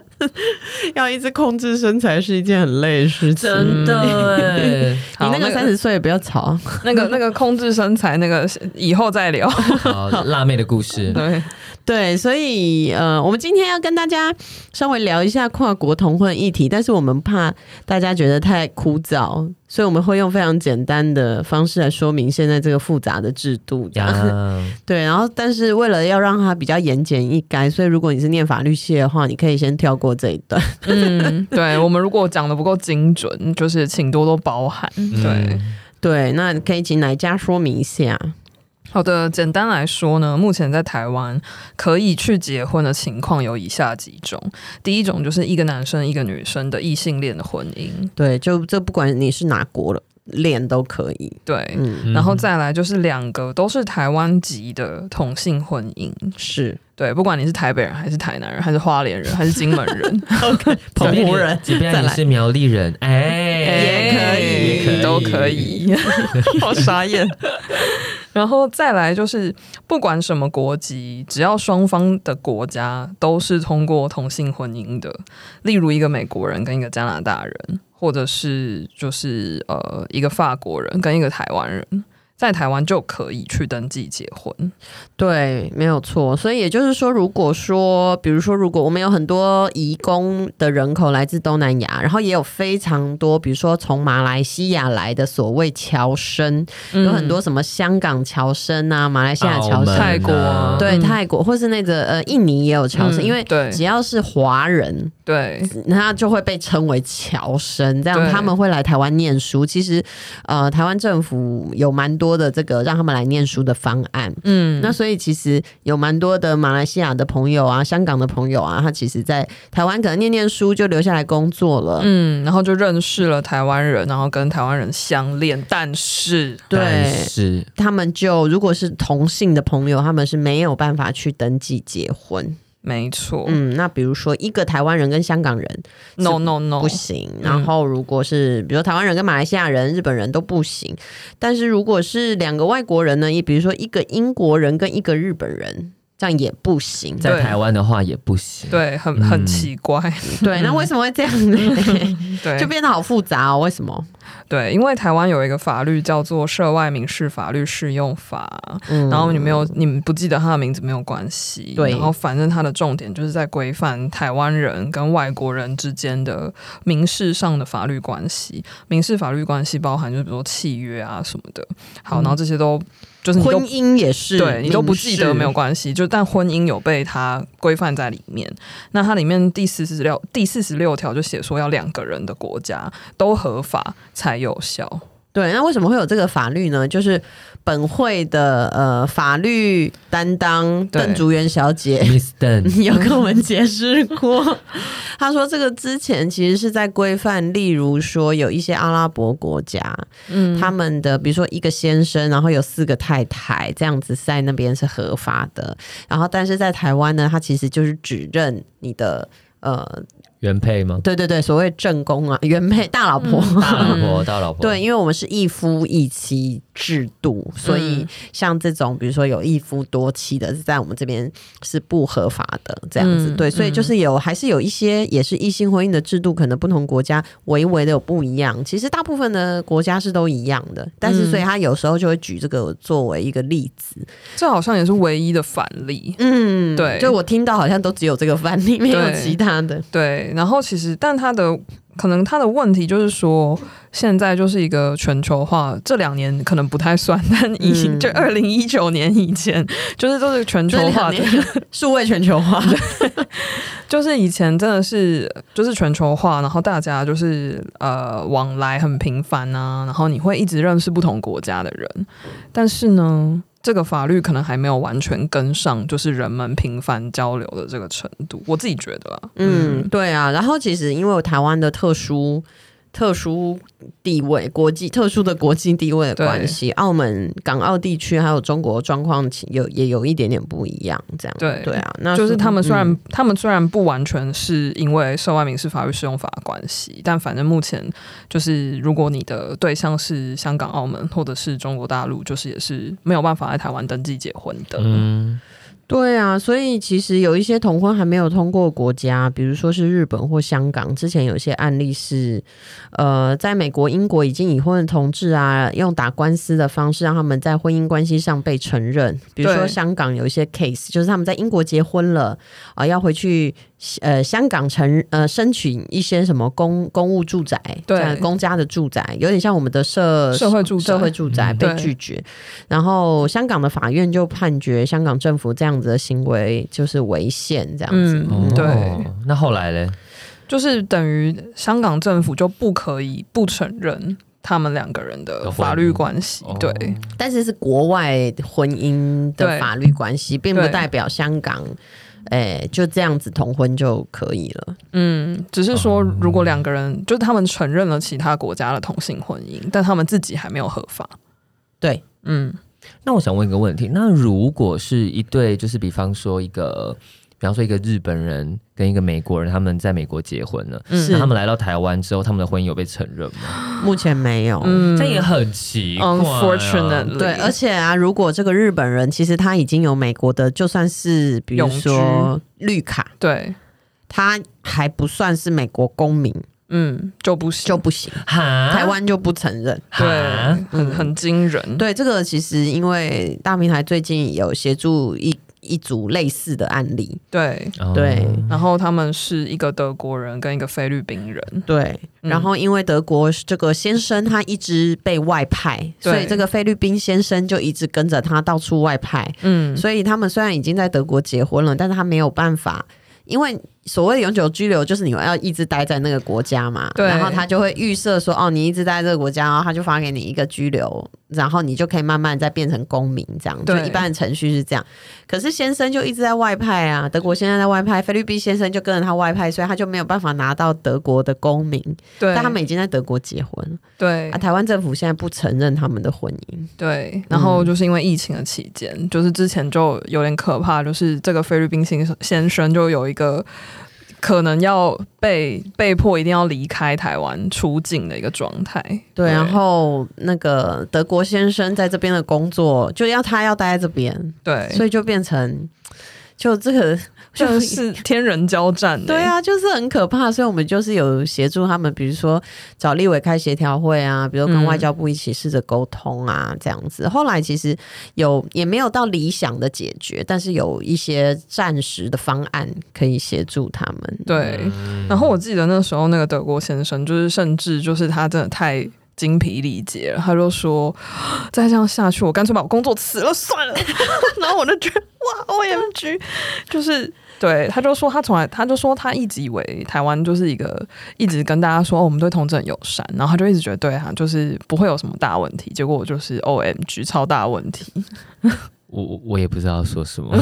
[SPEAKER 2] 要一直控制身材是一件很累的事情。
[SPEAKER 1] 真的哎、
[SPEAKER 2] [LAUGHS] 你
[SPEAKER 3] 好
[SPEAKER 2] 那个三十岁不要吵，
[SPEAKER 3] 那个那个控制身材那个以后再聊。 [LAUGHS]
[SPEAKER 1] 好，辣妹的故事。
[SPEAKER 3] 对，
[SPEAKER 2] 对，所以呃，我们今天要跟大家稍微聊一下跨国同婚议题，但是我们怕大家觉得太枯燥，所以我们会用非常简单的方式来说明现在这个复杂的制度。这样
[SPEAKER 1] 呀，
[SPEAKER 2] [LAUGHS] 对，然后但是为了要让它比较言简意赅，所以如果你是念法律系的话，你可以先跳过这一段。
[SPEAKER 3] 嗯，对我们如果讲的不够精准， [LAUGHS] 就是请多多包涵。对，
[SPEAKER 1] 嗯
[SPEAKER 2] 对，那可以请奶家说明一下。
[SPEAKER 3] 好的，简单来说呢，目前在台湾可以去结婚的情况有以下几种。第一种就是一个男生一个女生的异性恋的婚姻，
[SPEAKER 2] 对，就这不管你是哪国的恋都可以。
[SPEAKER 3] 对，
[SPEAKER 2] 嗯，
[SPEAKER 3] 然后再来就是两个都是台湾籍的同性婚姻，
[SPEAKER 2] [LAUGHS] 是
[SPEAKER 3] 对，不管你是台北人还是台南人，还是花莲人还是金门人，
[SPEAKER 1] 旁边
[SPEAKER 2] 澎湖
[SPEAKER 1] 你
[SPEAKER 2] 人
[SPEAKER 1] 即便
[SPEAKER 2] 再
[SPEAKER 1] 你
[SPEAKER 2] 来
[SPEAKER 1] 是苗栗人，哎，
[SPEAKER 2] 也可以
[SPEAKER 1] 也可以
[SPEAKER 3] 都可。以， [LAUGHS] 好傻眼。然后再来就是，不管什么国籍，只要双方的国家都是通过同性婚姻的，例如一个美国人跟一个加拿大人，或者是就是呃一个法国人跟一个台湾人，在台湾就可以去登记结婚。
[SPEAKER 2] 对，没有错。所以也就是说，如果说，比如说，如果我们有很多移工的人口来自东南亚，然后也有非常多，比如说从马来西亚来的所谓侨生，有嗯很多什么香港侨生啊、马来西亚侨
[SPEAKER 1] 澳门
[SPEAKER 2] 生，
[SPEAKER 1] 啊
[SPEAKER 3] 泰国啊
[SPEAKER 2] 对
[SPEAKER 3] 嗯
[SPEAKER 2] 泰国或是那个呃印尼也有侨生，
[SPEAKER 3] 嗯
[SPEAKER 2] 因为
[SPEAKER 3] 对
[SPEAKER 2] 只要是华人，
[SPEAKER 3] 对
[SPEAKER 2] 他就会被称为侨生，这样
[SPEAKER 3] 对
[SPEAKER 2] 他们会来台湾念书。其实，呃，台湾政府有蛮多的这个让他们来念书的方案。
[SPEAKER 3] 嗯
[SPEAKER 2] 那所以其实有蛮多的马来西亚的朋友啊、香港的朋友啊，他其实在台湾可能念念书就留下来工作了。
[SPEAKER 3] 嗯，然后就认识了台湾人，然后跟台湾人相恋，但是
[SPEAKER 1] 但
[SPEAKER 2] 对，
[SPEAKER 1] 是
[SPEAKER 2] 他们就如果是同性的朋友，他们是没有办法去登记结婚。
[SPEAKER 3] 没错、
[SPEAKER 2] 嗯，那比如说一个台湾人跟香港人
[SPEAKER 3] n o No No，
[SPEAKER 2] 不行，然后如果是比如说台湾人跟马来西亚人、日本人都不行，但是如果是两个外国人呢，也比如说一个英国人跟一个日本人，这样也不行。
[SPEAKER 1] 在
[SPEAKER 3] 对
[SPEAKER 1] 台湾的话也不行。
[SPEAKER 3] 对，很很
[SPEAKER 1] 嗯
[SPEAKER 3] 奇
[SPEAKER 2] [LAUGHS]
[SPEAKER 3] 怪，
[SPEAKER 2] 对，那为什么会这样呢？
[SPEAKER 3] 嗯 [LAUGHS] 对，
[SPEAKER 2] 就变得好复杂哦，为什么？
[SPEAKER 3] 对，因为台湾有一个法律叫做《涉外民事法律适用法》，
[SPEAKER 2] 嗯
[SPEAKER 3] 然后你没有你们不记得他的名字没有关系，
[SPEAKER 2] 对
[SPEAKER 3] 然后反正它的重点就是在规范台湾人跟外国人之间的民事上的法律关系，民事法律关系包含就是比如说契约啊什么的，好，然后这些都就是你
[SPEAKER 2] 嗯婚
[SPEAKER 3] 都
[SPEAKER 2] 姻也是，
[SPEAKER 3] 对你都不记得
[SPEAKER 2] 民事
[SPEAKER 3] 没有？关系，就但婚姻有被它规范在里面。那它里面第四十六第四十六条就写说要两个人的国家都合法才有效。
[SPEAKER 2] 对，那为什么会有这个法律呢？就是本会的呃法律担当
[SPEAKER 3] 对
[SPEAKER 2] 邓竹园小姐
[SPEAKER 1] Miss Den，
[SPEAKER 2] [LAUGHS] 有跟我们解释过， [LAUGHS] 他说这个之前其实是在规范，例如说有一些阿拉伯国家，
[SPEAKER 3] 嗯
[SPEAKER 2] 他们的比如说一个先生，然后有四个太太，这样子在那边是合法的。然后但是在台湾呢，他其实就是指认你的呃，
[SPEAKER 1] 原配吗？
[SPEAKER 2] 对对对，所谓正宫啊，原配嗯大老婆。
[SPEAKER 1] 大老婆，大老婆。
[SPEAKER 2] 对，，因为我们是一夫一妻制度，所以
[SPEAKER 3] 嗯
[SPEAKER 2] 像这种比如说有一夫多妻的，是在我们这边是不合法的，这样子。
[SPEAKER 3] 嗯
[SPEAKER 2] 对，所以就是有还是有一些也是异性婚姻的制度，可能不同国家微微的有不一样。其实大部分的国家是都一样的，但是
[SPEAKER 3] 嗯
[SPEAKER 2] 所以他有时候就会举这个作为一个例子。
[SPEAKER 3] 这好像也是唯一的反例。
[SPEAKER 2] 嗯，
[SPEAKER 3] 对
[SPEAKER 2] 就我听到好像都只有这个范例，没有
[SPEAKER 3] 对
[SPEAKER 2] 其他的。
[SPEAKER 3] 对，然后其实但它的。可能它的问题就是说，现在就是一个全球化，这两年可能不太算，但以、
[SPEAKER 2] 嗯
[SPEAKER 3] 就二零一九年以前，就是都是全球
[SPEAKER 2] 这
[SPEAKER 3] 化
[SPEAKER 2] 两
[SPEAKER 3] 的
[SPEAKER 2] 年 [LAUGHS] 数位全球化，
[SPEAKER 3] 就是以前真的是就是全球化，然后大家就是呃往来很频繁啊，然后你会一直认识不同国家的人，但是呢，这个法律可能还没有完全跟上，就是人们频繁交流的这个程度，我自己觉得啦，
[SPEAKER 2] 嗯，对啊。然后其实因为有台湾的特殊特殊地位、国际特殊的国际地位的关系，澳门、港澳地区还有中国状况其有也有一点点不一样，这样
[SPEAKER 3] 对
[SPEAKER 2] 对啊。那
[SPEAKER 3] 就是他们虽然、
[SPEAKER 2] 嗯
[SPEAKER 3] 他们虽然不完全是因为涉外民事法律适用法的关系，但反正目前就是如果你的对象是香港、澳门或者是中国大陆，就是也是没有办法在台湾登记结婚的。
[SPEAKER 1] 嗯，
[SPEAKER 2] 对啊，所以其实有一些同婚还没有通过的国家，比如说是日本或香港，之前有些案例是，呃，在美国、英国已经已婚的同志啊，用打官司的方式让他们在婚姻关系上被承认。比如说
[SPEAKER 3] 对
[SPEAKER 2] 香港有一些 case，就是他们在英国结婚了啊、要回去呃香港承呃申请一些什么公公务住宅，
[SPEAKER 3] 对
[SPEAKER 2] 这样公家的住宅，有点像我们的社
[SPEAKER 3] 社会住宅
[SPEAKER 2] 社会住宅
[SPEAKER 1] 嗯
[SPEAKER 2] 被
[SPEAKER 3] 对
[SPEAKER 2] 拒绝，然后香港的法院就判决香港政府这样子的行为就是违宪，这样子。
[SPEAKER 3] 嗯对
[SPEAKER 1] 哦。那后来嘞？
[SPEAKER 3] 就是等于香港政府就不可以不承认他们两个人的
[SPEAKER 1] 的
[SPEAKER 3] 法
[SPEAKER 1] 婚
[SPEAKER 3] 律关系
[SPEAKER 1] 哦，
[SPEAKER 3] 对，
[SPEAKER 2] 但是是国外婚姻的
[SPEAKER 3] 对
[SPEAKER 2] 法律关系，并不
[SPEAKER 3] 对
[SPEAKER 2] 代表香港，诶、就这样子同婚就可以了。
[SPEAKER 3] 嗯，只是说如果两个
[SPEAKER 1] 哦
[SPEAKER 3] 人就是他们承认了其他国家的同性婚姻，但他们自己还没有合法，
[SPEAKER 2] 对，
[SPEAKER 3] 嗯，
[SPEAKER 1] 那我想问一个问题，那如果是一对，就是比方说一个，比方说一个日本人跟一个美国人，他们在美国结婚了，
[SPEAKER 3] 嗯
[SPEAKER 2] 是
[SPEAKER 1] 那他们来到台湾之后，他们的婚姻有被承认吗？
[SPEAKER 2] 目前没有。
[SPEAKER 3] 嗯
[SPEAKER 1] 这也很奇怪、啊。
[SPEAKER 3] unfortunately，
[SPEAKER 2] 对，而且啊，如果这个日本人其实他已经有美国的，就算是比如
[SPEAKER 3] 永居
[SPEAKER 2] 说绿卡，
[SPEAKER 3] 对，
[SPEAKER 2] 他还不算是美国公民
[SPEAKER 3] 嗯，就不行，
[SPEAKER 2] 就不行，
[SPEAKER 3] 啊
[SPEAKER 1] 哈
[SPEAKER 2] 台湾就不承认。
[SPEAKER 1] 哈
[SPEAKER 3] 对，很
[SPEAKER 2] 嗯
[SPEAKER 3] 很惊人，
[SPEAKER 2] 对，这个其实因为大平台最近有协助一一组类似的案例，
[SPEAKER 3] 对。
[SPEAKER 1] 哦
[SPEAKER 2] 对
[SPEAKER 3] 然后他们是一个德国人跟一个菲律宾人，
[SPEAKER 2] 对，
[SPEAKER 3] 嗯
[SPEAKER 2] 然后因为德国这个先生他一直被外派，
[SPEAKER 3] 对
[SPEAKER 2] 所以这个菲律宾先生就一直跟着他到处外派，
[SPEAKER 3] 嗯，
[SPEAKER 2] 所以他们虽然已经在德国结婚了，但是他没有办法。因为所谓的永久居留，就是你要一直待在那个国家嘛，
[SPEAKER 3] 对
[SPEAKER 2] 然后他就会预设说，哦，你一直待在这个国家，然后他就发给你一个居留，然后你就可以慢慢再变成公民，这样，就
[SPEAKER 3] 对
[SPEAKER 2] 一般的程序是这样。可是先生就一直在外派啊，德国先生在外派，菲律宾先生就跟着他外派，所以他就没有办法拿到德国的公民，
[SPEAKER 3] 对，
[SPEAKER 2] 但他们已经在德国结婚了，
[SPEAKER 3] 对
[SPEAKER 2] 啊，台湾政府现在不承认他们的婚姻，
[SPEAKER 3] 对，然
[SPEAKER 2] 嗯
[SPEAKER 3] 后就是因为疫情的期间，就是之前就有点可怕，就是这个菲律宾先生先生就有一个可能要被被迫一定要离开台湾出境的一个状态。
[SPEAKER 2] 对，然后那个德国先生在这边的工作，就要他要待在这边，
[SPEAKER 3] 对，
[SPEAKER 2] 所以就变成就这个
[SPEAKER 3] [LAUGHS]
[SPEAKER 2] [LAUGHS]
[SPEAKER 3] 就。是天人交战、欸。
[SPEAKER 2] 对，啊，就是很可怕，所以我们就是有协助他们，比如说找立委开协调会啊，比如跟
[SPEAKER 3] 嗯
[SPEAKER 2] 外交部一起试着沟通啊，这样子。后来其实有也没有到理想的解决，但是有一些暂时的方案可以协助他们。
[SPEAKER 3] 对。然后我记得那时候那个德国先生，就是甚至就是他真的太。精疲力竭了，他就说：“再这样下去，我干脆把我工作辞了算了。” [LAUGHS] 然后我就觉得哇，O M G，就是对，他就说他从来，他就说他一直以为台湾就是一个一直跟大家说、哦、我们对同志很友善，然后他就一直觉得对啊，就是不会有什么大问题。结果我就是 O M G 超大问题，
[SPEAKER 1] 我我我也不知道说什 [LAUGHS] 么，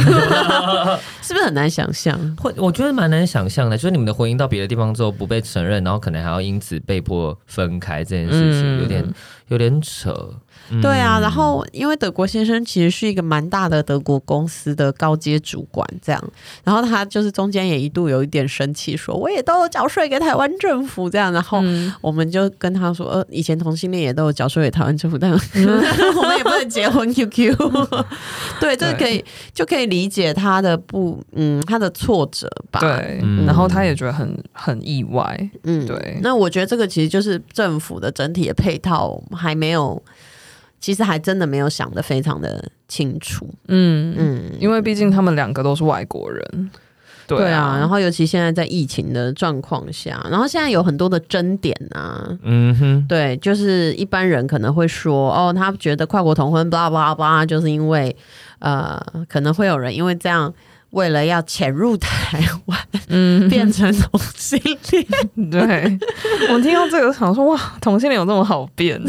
[SPEAKER 2] 是不是很难想象？
[SPEAKER 1] 会我觉得蛮难想象的，就是你们的婚姻到别的地方之后不被承认，然后可能还要因此被迫分开这件事情，
[SPEAKER 3] 嗯
[SPEAKER 1] 有点有点扯。嗯
[SPEAKER 2] 对啊，然后因为德国先生其实是一个蛮大的德国公司的高阶主管，这样，然后他就是中间也一度有一点生气，说我也都有缴税给台湾政府这样，然后。
[SPEAKER 3] 嗯，
[SPEAKER 2] 我们就跟他说，呃，以前同性恋也都有缴税给台湾政府，但我们也不能结婚 [LAUGHS] QQ。对，这可以就可以理解他的不，嗯，他的挫折吧。，
[SPEAKER 3] 对，
[SPEAKER 1] 嗯
[SPEAKER 3] 然后他也觉得很很意外，
[SPEAKER 2] 嗯，
[SPEAKER 3] 对
[SPEAKER 2] 那我觉得这个其实就是政府的整体的配套还没有，其实还真的没有想得非常的清楚。
[SPEAKER 3] 嗯嗯。
[SPEAKER 2] 嗯，
[SPEAKER 3] 因为毕竟他们两个都是外国人，对
[SPEAKER 2] 对啊，然
[SPEAKER 3] 后
[SPEAKER 2] 后尤其现在在疫情的状况下，然后现在有很多的争点啊。
[SPEAKER 1] 嗯哼，
[SPEAKER 2] 对，就是一般人可能会说，哦，他觉得跨国同婚，巴拉巴拉巴拉，就是因为，呃，可能会有人因为这样，为了要潜入台湾，
[SPEAKER 3] 嗯，
[SPEAKER 2] 变成同性恋，
[SPEAKER 3] [LAUGHS]
[SPEAKER 2] [LAUGHS]
[SPEAKER 3] 对， [LAUGHS] 我听到这个想说哇，同性恋有这么好变？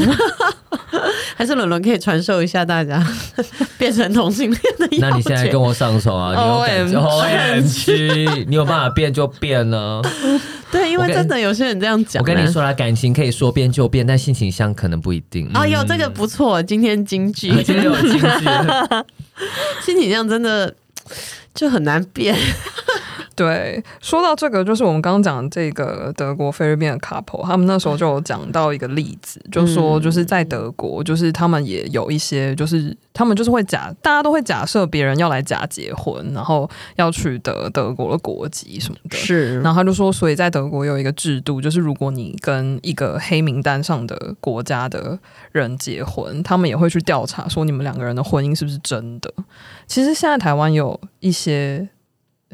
[SPEAKER 2] 还是伦伦可以传授一下大家 [LAUGHS] 变成同性恋的 [LAUGHS] 要诀？
[SPEAKER 1] 那你现在跟我上手
[SPEAKER 2] [LAUGHS]
[SPEAKER 1] 啊
[SPEAKER 3] OMG
[SPEAKER 1] 你有感觉 [LAUGHS] OMG，你有办法变就变呢。
[SPEAKER 2] [LAUGHS] 对，因为
[SPEAKER 1] 我跟
[SPEAKER 2] 真的有些人这样讲、
[SPEAKER 1] 我
[SPEAKER 2] 啊。
[SPEAKER 1] 跟你说啦，感情可以说变就变，但性倾向可能不一定。
[SPEAKER 2] 啊，有这个不错， [LAUGHS] 今天京剧，
[SPEAKER 1] [LAUGHS] 今天有经济，
[SPEAKER 2] 心情上真的就很难变。
[SPEAKER 3] [LAUGHS] 对，说到这个，就是我们刚刚讲这个德国菲律宾的 couple，他们那时候就有讲到一个例子，就说就是在德国，就是他们也有一些，就是他们就是会假，大家都会假设别人要来假结婚，然后要取得德国的国籍什么的。
[SPEAKER 2] 是
[SPEAKER 3] 然后他就说，所以在德国有一个制度，就是如果你跟一个黑名单上的国家的人结婚，他们也会去调查说你们两个人的婚姻是不是真的。其实现在台湾有一些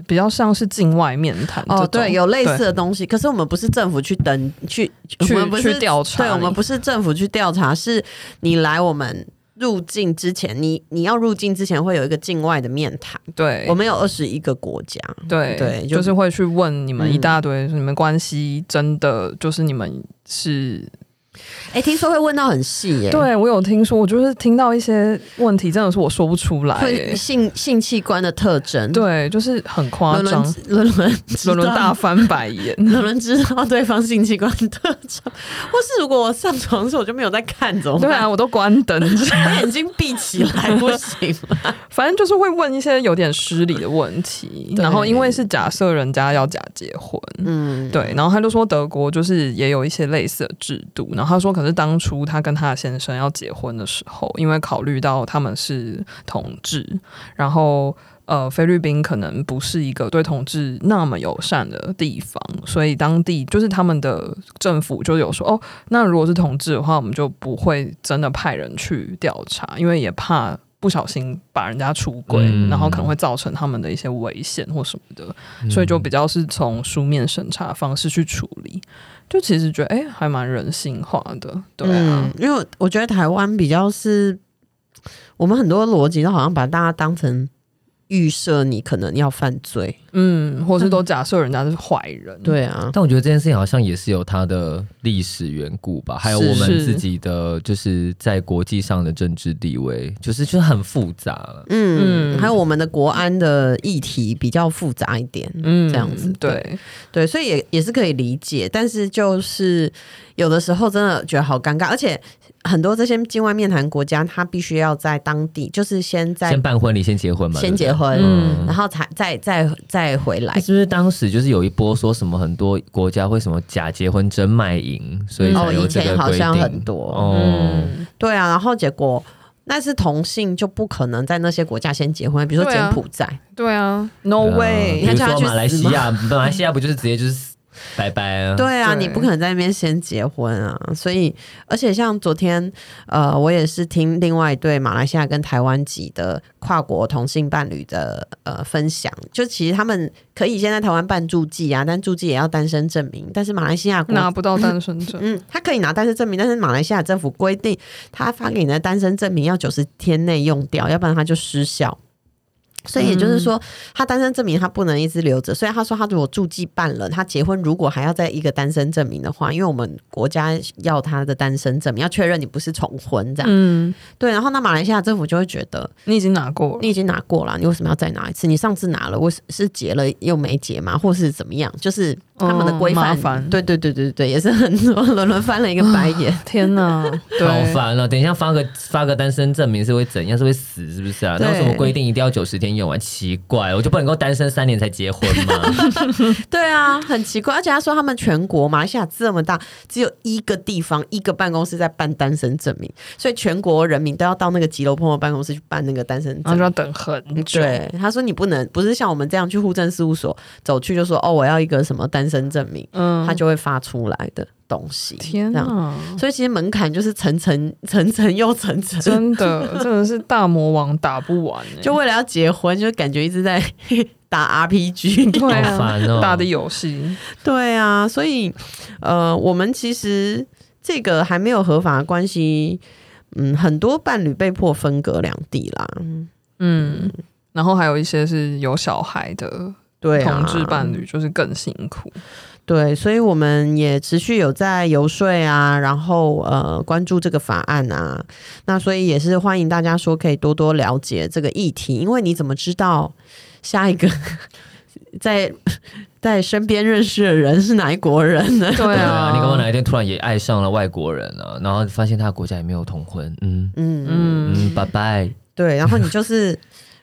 [SPEAKER 3] 比较像是境外面谈这
[SPEAKER 2] 哦，
[SPEAKER 3] 种
[SPEAKER 2] 对，有类似的东西，可是我们不是政府去登去，
[SPEAKER 3] 去
[SPEAKER 2] 我们不是
[SPEAKER 3] 去调查
[SPEAKER 2] 对我们
[SPEAKER 3] 你
[SPEAKER 2] 不是政府去调查，是你来我们。入境之前，你你要入境之前会有一个境外的面谈，
[SPEAKER 3] 对
[SPEAKER 2] 我们有二十一个国家，
[SPEAKER 3] 对
[SPEAKER 2] 对就
[SPEAKER 3] 就是会去问你们
[SPEAKER 2] 嗯
[SPEAKER 3] 一大堆，你们关系真的就是你们是
[SPEAKER 2] 哎、听说会问到很细耶、
[SPEAKER 3] 对我有听说，我就是听到一些问题，真的是我说不出来、
[SPEAKER 2] 会性性器官的特征，，
[SPEAKER 3] 对，就是很夸
[SPEAKER 2] 伦
[SPEAKER 3] 张
[SPEAKER 2] 伦，伦伦知道
[SPEAKER 3] 伦伦大翻白 [LAUGHS] 眼。
[SPEAKER 2] [LAUGHS] 伦伦知道对方性器官特征，或是如果我上床的时候我就没有在看，怎么
[SPEAKER 3] 对
[SPEAKER 2] 办？
[SPEAKER 3] 啊，我都关灯，啊
[SPEAKER 2] 把 [LAUGHS] 眼睛闭起来不行吗？
[SPEAKER 3] [LAUGHS] 反正就是会问一些有点失礼的问题。
[SPEAKER 2] 对
[SPEAKER 3] 然后因为是假设人家要假结婚，
[SPEAKER 2] 嗯，
[SPEAKER 3] 对，然后他就说德国就是也有一些类似的制度，然后他说可是当初他跟他的先生要结婚的时候，因为考虑到他们是同志，然后呃菲律宾可能不是一个对同志那么友善的地方，所以当地就是他们的政府就有说哦，那如果是同志的话，我们就不会真的派人去调查，因为也怕。不小心把人家出轨，
[SPEAKER 1] 嗯
[SPEAKER 3] 然后可能会造成他们的一些危险或什么的，
[SPEAKER 1] 嗯
[SPEAKER 3] 所以就比较是从书面审查方式去处理，就其实觉得哎、诶还蛮人性化的， [LAUGHS] 对啊，
[SPEAKER 2] 嗯，因为我觉得台湾比较是，我们很多逻辑都好像把大家当成预设你可能要犯罪，
[SPEAKER 3] 嗯，或是都假设人家是坏人，，
[SPEAKER 2] 对啊，
[SPEAKER 1] 但我觉得这件事情好像也是有它的历史缘故吧，还有
[SPEAKER 2] 是
[SPEAKER 1] 我们
[SPEAKER 3] 是
[SPEAKER 1] 自己的就是在国际上的政治地位，就是就是很复杂了。
[SPEAKER 2] 嗯，
[SPEAKER 3] 嗯
[SPEAKER 2] 还有我们的国安的议题比较复杂一点，
[SPEAKER 3] 嗯
[SPEAKER 2] 这样子
[SPEAKER 3] 对，
[SPEAKER 2] 对，所以也也是可以理解，但是就是有的时候真的觉得好尴尬，而且很多这些境外面谈国家，他必须要在当地，就是先在
[SPEAKER 1] 先办婚礼，先结婚嘛，
[SPEAKER 2] 先
[SPEAKER 1] 对
[SPEAKER 2] 结
[SPEAKER 1] 不
[SPEAKER 2] 婚，
[SPEAKER 3] 嗯
[SPEAKER 2] 然后才再再再回来
[SPEAKER 1] 对。是不是当时就是有一波说什么很多国家会什么假结婚真卖淫，所以
[SPEAKER 3] 嗯
[SPEAKER 1] 才
[SPEAKER 2] 哦，
[SPEAKER 1] 有
[SPEAKER 2] 以
[SPEAKER 1] 这
[SPEAKER 2] 前
[SPEAKER 1] 个
[SPEAKER 2] 好
[SPEAKER 1] 规
[SPEAKER 2] 像很
[SPEAKER 1] 定？
[SPEAKER 2] 多，
[SPEAKER 1] 哦，
[SPEAKER 3] 嗯，
[SPEAKER 2] 对啊，然后结果那是同性就不可能在那些国家先结婚，比如说
[SPEAKER 3] 对
[SPEAKER 2] 柬
[SPEAKER 3] 啊
[SPEAKER 2] 埔寨，
[SPEAKER 3] 对啊，No
[SPEAKER 1] 对啊
[SPEAKER 3] way，
[SPEAKER 1] 比
[SPEAKER 2] 你
[SPEAKER 1] 如
[SPEAKER 2] 看叫他
[SPEAKER 1] 说
[SPEAKER 2] 去
[SPEAKER 1] 马来
[SPEAKER 2] 死
[SPEAKER 1] 西亚，马来西亚不就是直接就是拜拜啊？
[SPEAKER 2] 对啊，
[SPEAKER 3] 对
[SPEAKER 2] 你不可能在那边先结婚啊，所以而且像昨天，呃，我也是听另外一对马来西亚跟台湾籍的跨国同性伴侣的呃分享，就其实他们可以先在台湾办住记啊，但住记也要单身证明，但是马来西亚国
[SPEAKER 3] 拿不到单身 [LAUGHS] 证，
[SPEAKER 2] 嗯，他可以拿单身证明，但是马来西亚政府规定，他发给你的单身证明要九十天内用掉，要不然他就失效。所以也就是说，他单身证明他不能一直留着。所以他说，他如果住记办了，他结婚如果还要再一个单身证明的话，因为我们国家要他的单身证明，要确认你不是重婚这样。
[SPEAKER 3] 嗯，
[SPEAKER 2] 对，然后那马来西亚政府就会觉得，
[SPEAKER 3] 你已经拿过了，
[SPEAKER 2] 你已经拿过了，你为什么要再拿一次？你上次拿了，我是是结了又没结嘛，或是怎么样？就是他们的
[SPEAKER 3] 哦
[SPEAKER 2] 规
[SPEAKER 3] 麻
[SPEAKER 2] 范，
[SPEAKER 3] 烦
[SPEAKER 2] 对对对对对，也是很多 [LAUGHS] 伦伦翻了一个白
[SPEAKER 3] [LAUGHS]
[SPEAKER 2] 眼。
[SPEAKER 3] 天哪，
[SPEAKER 1] 好
[SPEAKER 3] 对，
[SPEAKER 1] 烦了、啊等一下发个发个单身证明是会怎样？是会死是不是啊？
[SPEAKER 2] 对
[SPEAKER 1] 那为什么规定一定要九十天用完？奇怪，我就不能够单身三年才结婚吗？
[SPEAKER 2] 对啊，很奇怪，而且他说他们全国马来西亚这么大，只有一个地方一个办公室在办单身证明，所以全国人民都要到那个吉隆坡的办公室去办那个单身
[SPEAKER 3] 然后就
[SPEAKER 2] 证明。
[SPEAKER 3] 要等很久，
[SPEAKER 2] 对，他说你不能不是像我们这样去户政事务所走去就说哦我要一个什么单身证明，
[SPEAKER 3] 嗯，
[SPEAKER 2] 他就会发出来的东西。
[SPEAKER 3] 天
[SPEAKER 2] 这样
[SPEAKER 3] 哪，
[SPEAKER 2] 所以其实门槛就是层层 [LAUGHS] 层层又层
[SPEAKER 3] [LAUGHS]
[SPEAKER 2] 层，
[SPEAKER 3] 真的真的是大魔王打不完、 [LAUGHS] 欸，
[SPEAKER 2] 就为了要结婚，就感觉一直在 [LAUGHS] 打 RPG。
[SPEAKER 3] [LAUGHS] 对
[SPEAKER 1] 好
[SPEAKER 3] 啊，
[SPEAKER 1] 烦哦、
[SPEAKER 3] 大的游戏，
[SPEAKER 2] 对啊，所以呃，我们其实这个还没有合法的关系。嗯，很多伴侣被迫分隔两地啦，
[SPEAKER 3] 嗯，然后还有一些是有小孩的
[SPEAKER 2] 对啊，
[SPEAKER 3] 同志伴侣，就是更辛苦。
[SPEAKER 2] 对，所以我们也持续有在游说啊，然后呃关注这个法案啊，那所以也是欢迎大家说可以多多了解这个议题，因为你怎么知道下一个 [LAUGHS] 在在身边认识的人是哪一国人呢？
[SPEAKER 3] [LAUGHS]
[SPEAKER 2] [LAUGHS]
[SPEAKER 3] 对
[SPEAKER 1] 对啊，你干嘛
[SPEAKER 3] 啊，
[SPEAKER 1] 哪一天突然也爱上了外国人啊？然后发现他的国家也没有同婚，嗯
[SPEAKER 2] 嗯嗯，
[SPEAKER 3] 嗯，
[SPEAKER 1] 嗯，拜拜。
[SPEAKER 2] 对，然后你就是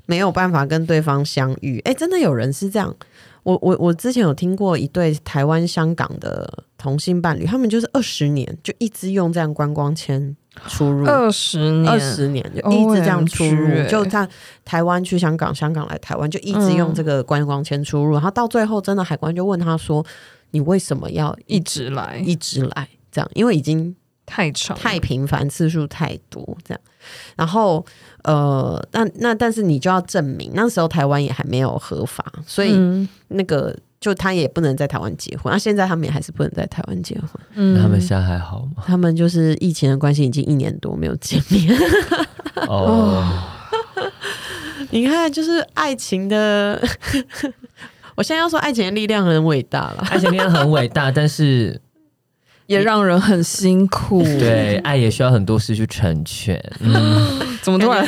[SPEAKER 2] 没有办法跟对方相遇，哎，真的有人是这样。我我我之前有听过一对台湾香港的同性伴侣，他们就是二十年就一直用这样观光签出
[SPEAKER 1] 嗯
[SPEAKER 2] 入，
[SPEAKER 3] 二十年，
[SPEAKER 2] 二十年就一直这样出入，
[SPEAKER 3] OMG 欸
[SPEAKER 2] 就在台湾去香港，香港来台湾，就一直用这个观光签出入。然后到最后，真的海关就问他说：“你为什么要
[SPEAKER 3] 一
[SPEAKER 2] 一
[SPEAKER 3] 直来，
[SPEAKER 2] 一直来？”这样，因为已经
[SPEAKER 3] 太长了，
[SPEAKER 2] 太频繁，次数太多，这样。然后，呃，那那但是你就要证明，那时候台湾也还没有合法，所以
[SPEAKER 3] 嗯
[SPEAKER 2] 那个就他也不能在台湾结婚。那、啊现在他们也还是不能在台湾结婚，
[SPEAKER 1] 那
[SPEAKER 3] 嗯
[SPEAKER 1] 他们现在还好
[SPEAKER 2] [LAUGHS]
[SPEAKER 1] 吗？
[SPEAKER 2] 他们就是疫情的关系，已经一年多没有见面。
[SPEAKER 1] 哦，
[SPEAKER 2] 你看，就是爱情的， [LAUGHS] 我现在要说爱情的力量很伟大了。
[SPEAKER 1] 爱情片很伟大，但是
[SPEAKER 3] 也让人很辛苦。
[SPEAKER 1] 对，爱也需要很多事去成全。嗯
[SPEAKER 3] 怎么突然？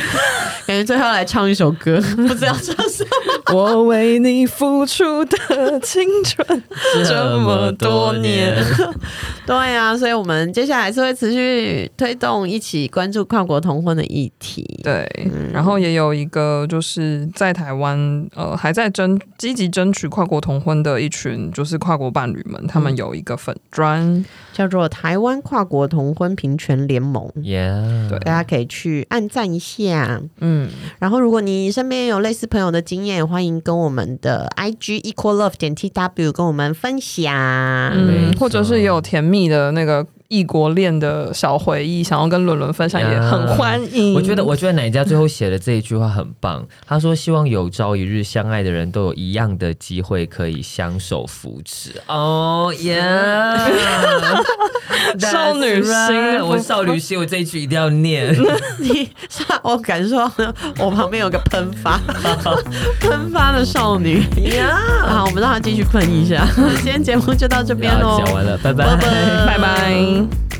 [SPEAKER 2] 感觉最后来唱一首歌， [LAUGHS] 不知道唱什
[SPEAKER 3] [LAUGHS]
[SPEAKER 2] 么。
[SPEAKER 3] 我为你付出的青春，这么多年，
[SPEAKER 2] 对啊，所以我们接下来是会持续推动，一起关注跨国同婚的议题。
[SPEAKER 3] 对，然后也有一个就是在台湾，呃，还在争积极争取跨国同婚的一群，就是跨国伴侣们，他们有一个粉砖，
[SPEAKER 2] 叫做台湾跨国同婚平权联盟。
[SPEAKER 1] [LAUGHS] Yeah，
[SPEAKER 3] 对
[SPEAKER 2] 大家可以去按赞一下，
[SPEAKER 3] 嗯，
[SPEAKER 2] 然后如果你身边有类似朋友的经验，欢迎跟我们的 I G equal love 点 T W 跟我们分享。
[SPEAKER 1] 没
[SPEAKER 3] 嗯，
[SPEAKER 1] 错
[SPEAKER 3] 或者是也有甜蜜的那个异国恋的小回忆，想要跟伦伦分享，
[SPEAKER 1] 呀
[SPEAKER 3] 也很欢迎。
[SPEAKER 1] 我觉得，我觉得奶家最后写的这一句话很棒。他说：“希望有朝一日，相爱的人都有一样的机会，可以相手扶持。”哦耶！
[SPEAKER 3] [LAUGHS]
[SPEAKER 1] [LAUGHS]
[SPEAKER 3] 少女心
[SPEAKER 1] That's
[SPEAKER 3] 嗯
[SPEAKER 1] right，我少女心，我这一句一定要念。
[SPEAKER 2] [LAUGHS] 你，我感受到我旁边有个喷发， [LAUGHS] 喷发的少女。好，
[SPEAKER 1] 嗯
[SPEAKER 2] 我 [LAUGHS]
[SPEAKER 3] 哦
[SPEAKER 2] 们让她继续喷一下。今天节目就到这边
[SPEAKER 1] 好
[SPEAKER 2] 喽，
[SPEAKER 1] 讲完了，拜
[SPEAKER 2] 拜
[SPEAKER 1] 拜。
[SPEAKER 3] 拜拜。